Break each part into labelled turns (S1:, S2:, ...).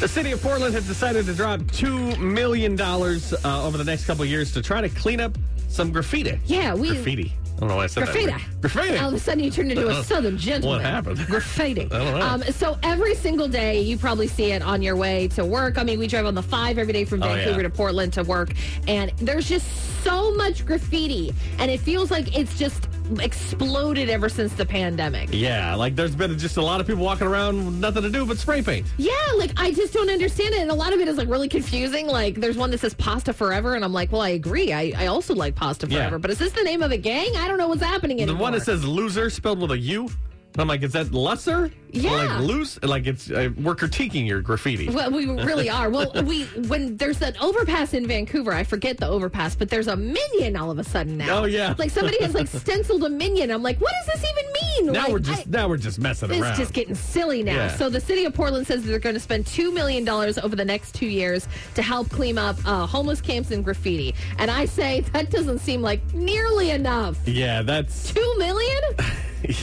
S1: The city of Portland has decided to drop $2 million uh, over the next couple of years to try to clean up some graffiti.
S2: Yeah, we- Um,
S1: Graffiti. I don't know why I said
S2: Graffiti.
S1: that. weird. Graffiti. Uh-huh.
S2: All of a sudden, you turned into a southern gentleman.
S1: What happened?
S2: Graffiti.
S1: I don't know.
S2: Um, so every single day, you probably see it on your way to work. I mean, we drive on the five every day from
S1: Oh,
S2: Vancouver
S1: yeah.
S2: to Portland to work, and there's just so much graffiti, and it feels like it's just exploded ever since the pandemic.
S1: Yeah, like there's been just a lot of people walking around with nothing to do but spray paint.
S2: Yeah, like I just don't understand it. And a lot of it is like really confusing. Like there's one that says pasta forever, and I'm like, well, I agree. I, I also like pasta
S1: Yeah.
S2: forever. But is this the name of a gang? I don't know what's happening
S1: The
S2: anymore.
S1: one that says loser spelled with a U. And I'm like, is that lesser?
S2: Yeah.
S1: Like loose? Like it's, uh, we're critiquing your graffiti.
S2: Well, we really are. Well, we when there's an overpass in Vancouver, I forget the overpass, but there's a minion all of a sudden now.
S1: Oh, yeah.
S2: like somebody has like stenciled a minion. I'm like, what does this even mean?
S1: Now
S2: Like,
S1: we're just
S2: I-
S1: now we're just messing
S2: It's
S1: around.
S2: just getting silly now.
S1: Yeah.
S2: So the city of Portland says they're going to spend two million dollars over the next two years to help clean up uh, homeless camps and graffiti. And I say that doesn't seem like nearly enough.
S1: yeah, that's
S2: Two million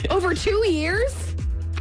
S2: over two years?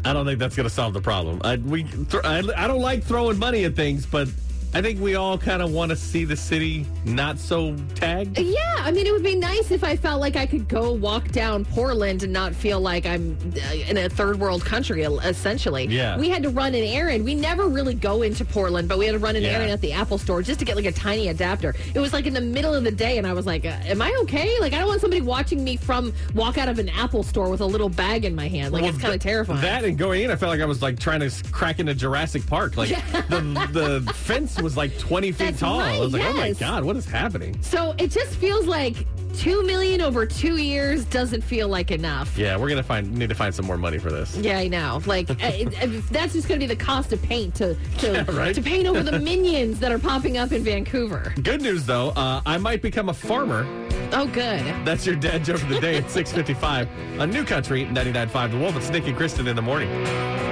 S1: I don't think that's going to solve the problem. I, we, th- I, I don't like throwing money at things, but I think we all kind of want to see the city not so tagged.
S2: Yeah, I mean, it would be nice if I felt like I could go walk down Portland and not feel like I'm uh, in a third world country, el- essentially.
S1: Yeah.
S2: We had to run an errand. We never really go into Portland, but we had to run an
S1: Yeah.
S2: errand at the Apple store just to get like a tiny adapter. It was like in the middle of the day, and I was like, uh, Am I okay? Like, I don't want somebody watching me from walk out of an Apple store with a little bag in my hand. Like,
S1: Well,
S2: it's kind of
S1: th-
S2: terrifying.
S1: That and going in, I felt like I was like trying to s- crack into Jurassic Park. Like the, the fence was like 20 feet
S2: That's
S1: tall.
S2: right,
S1: I was like, oh my
S2: yes.
S1: God, what is happening?
S2: so it just feels like two million over two years doesn't feel like enough.
S1: Yeah, we're going to find need to find some more money for this.
S2: Yeah, I know. Like uh, it- uh, that's just going to be the cost of paint to to,
S1: Yeah, right?
S2: to paint over the minions that are popping up in Vancouver.
S1: Good news though, uh, I might become a farmer.
S2: Oh, good.
S1: That's your dad joke of the day at 6:55 on New Country 99.5 The Wolf. It's Nick and Kristen in the morning.